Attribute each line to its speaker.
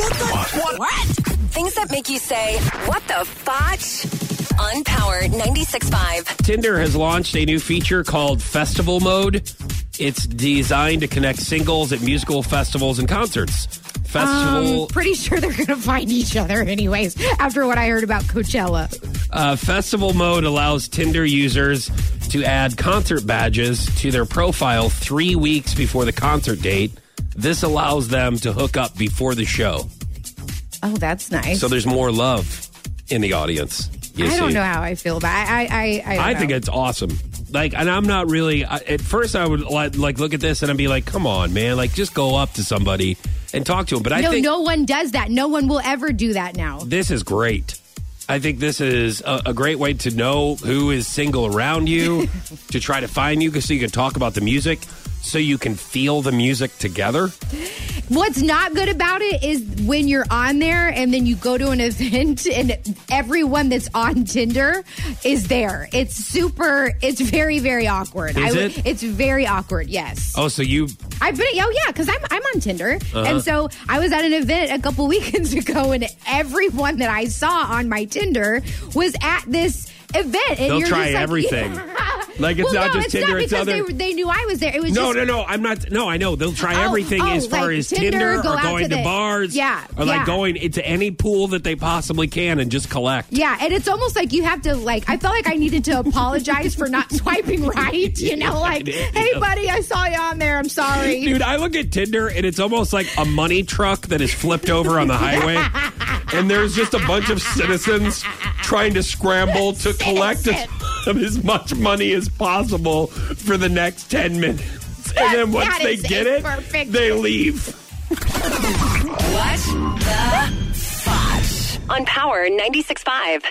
Speaker 1: What?
Speaker 2: Things that make you say, what the fotch? On Power 96.5.
Speaker 3: Tinder has launched a new feature called Festival Mode. It's designed to connect singles at musical festivals and concerts. Festival
Speaker 4: Um, pretty sure they're going to find each other, anyways, after what I heard about Coachella.
Speaker 3: uh, Festival Mode allows Tinder users to add concert badges to their profile three weeks before the concert date. This allows them to hook up before the show,
Speaker 4: Oh, that's nice.
Speaker 3: so there's more love in the audience. you
Speaker 4: I don't
Speaker 3: see.
Speaker 4: know how I feel about I, I, I, I, don't
Speaker 3: I think
Speaker 4: know.
Speaker 3: it's awesome. Like, and I'm not really. I, at first, I would like, like look at this and I'd be like, "Come on, man! Like, just go up to somebody and talk to him." But I
Speaker 4: No,
Speaker 3: think
Speaker 4: no one does that. No one will ever do that now.
Speaker 3: this is great. I think this is a, a great way to know who is single around you, to try to find you, so you can talk about the music, so you can feel the music together.
Speaker 4: What's not good about it is when you're on there and then you go to an event and everyone that's on Tinder is there. It's super, it's very, very awkward.
Speaker 3: Is
Speaker 4: would-
Speaker 3: it?
Speaker 4: It's very awkward, yes.
Speaker 3: Oh, so you
Speaker 4: I've been, oh yeah, because I'm, I'm on Tinder.
Speaker 3: Uh-huh.
Speaker 4: And so I was at an event a couple weekends ago and everyone that I saw on my Tinder was at this event. And
Speaker 3: They'll
Speaker 4: you're
Speaker 3: try
Speaker 4: just like,
Speaker 3: everything. Like, it's not
Speaker 4: well, no,
Speaker 3: just
Speaker 4: it's
Speaker 3: Tinder,
Speaker 4: Not
Speaker 3: it's
Speaker 4: because
Speaker 3: other-
Speaker 4: They, were- they knew I was there. It was
Speaker 3: No,
Speaker 4: just,
Speaker 3: no, no. I'm not. No, I know. They'll try
Speaker 4: Oh,
Speaker 3: everything
Speaker 4: oh,
Speaker 3: as far
Speaker 4: like
Speaker 3: as Tinder,
Speaker 4: Tinder, go
Speaker 3: or
Speaker 4: out
Speaker 3: going
Speaker 4: to
Speaker 3: to,
Speaker 4: the-
Speaker 3: bars.
Speaker 4: Yeah,
Speaker 3: Or like
Speaker 4: yeah.
Speaker 3: going into any pool that they possibly can and just collect.
Speaker 4: Yeah, and it's almost like you have to like. I felt like I needed to apologize for not swiping right. You know, like, hey, buddy, I saw you on there. I'm sorry.
Speaker 3: Dude, I look at Tinder and it's almost like a money truck that is flipped over on the highway. And there's just a bunch of citizens trying to scramble to collect as, as much money as possible for the next 10 minutes. And then once
Speaker 4: That
Speaker 3: they
Speaker 4: is
Speaker 3: get it,
Speaker 4: imperfect.
Speaker 3: they leave.
Speaker 2: What the fotch? On Power 96.5.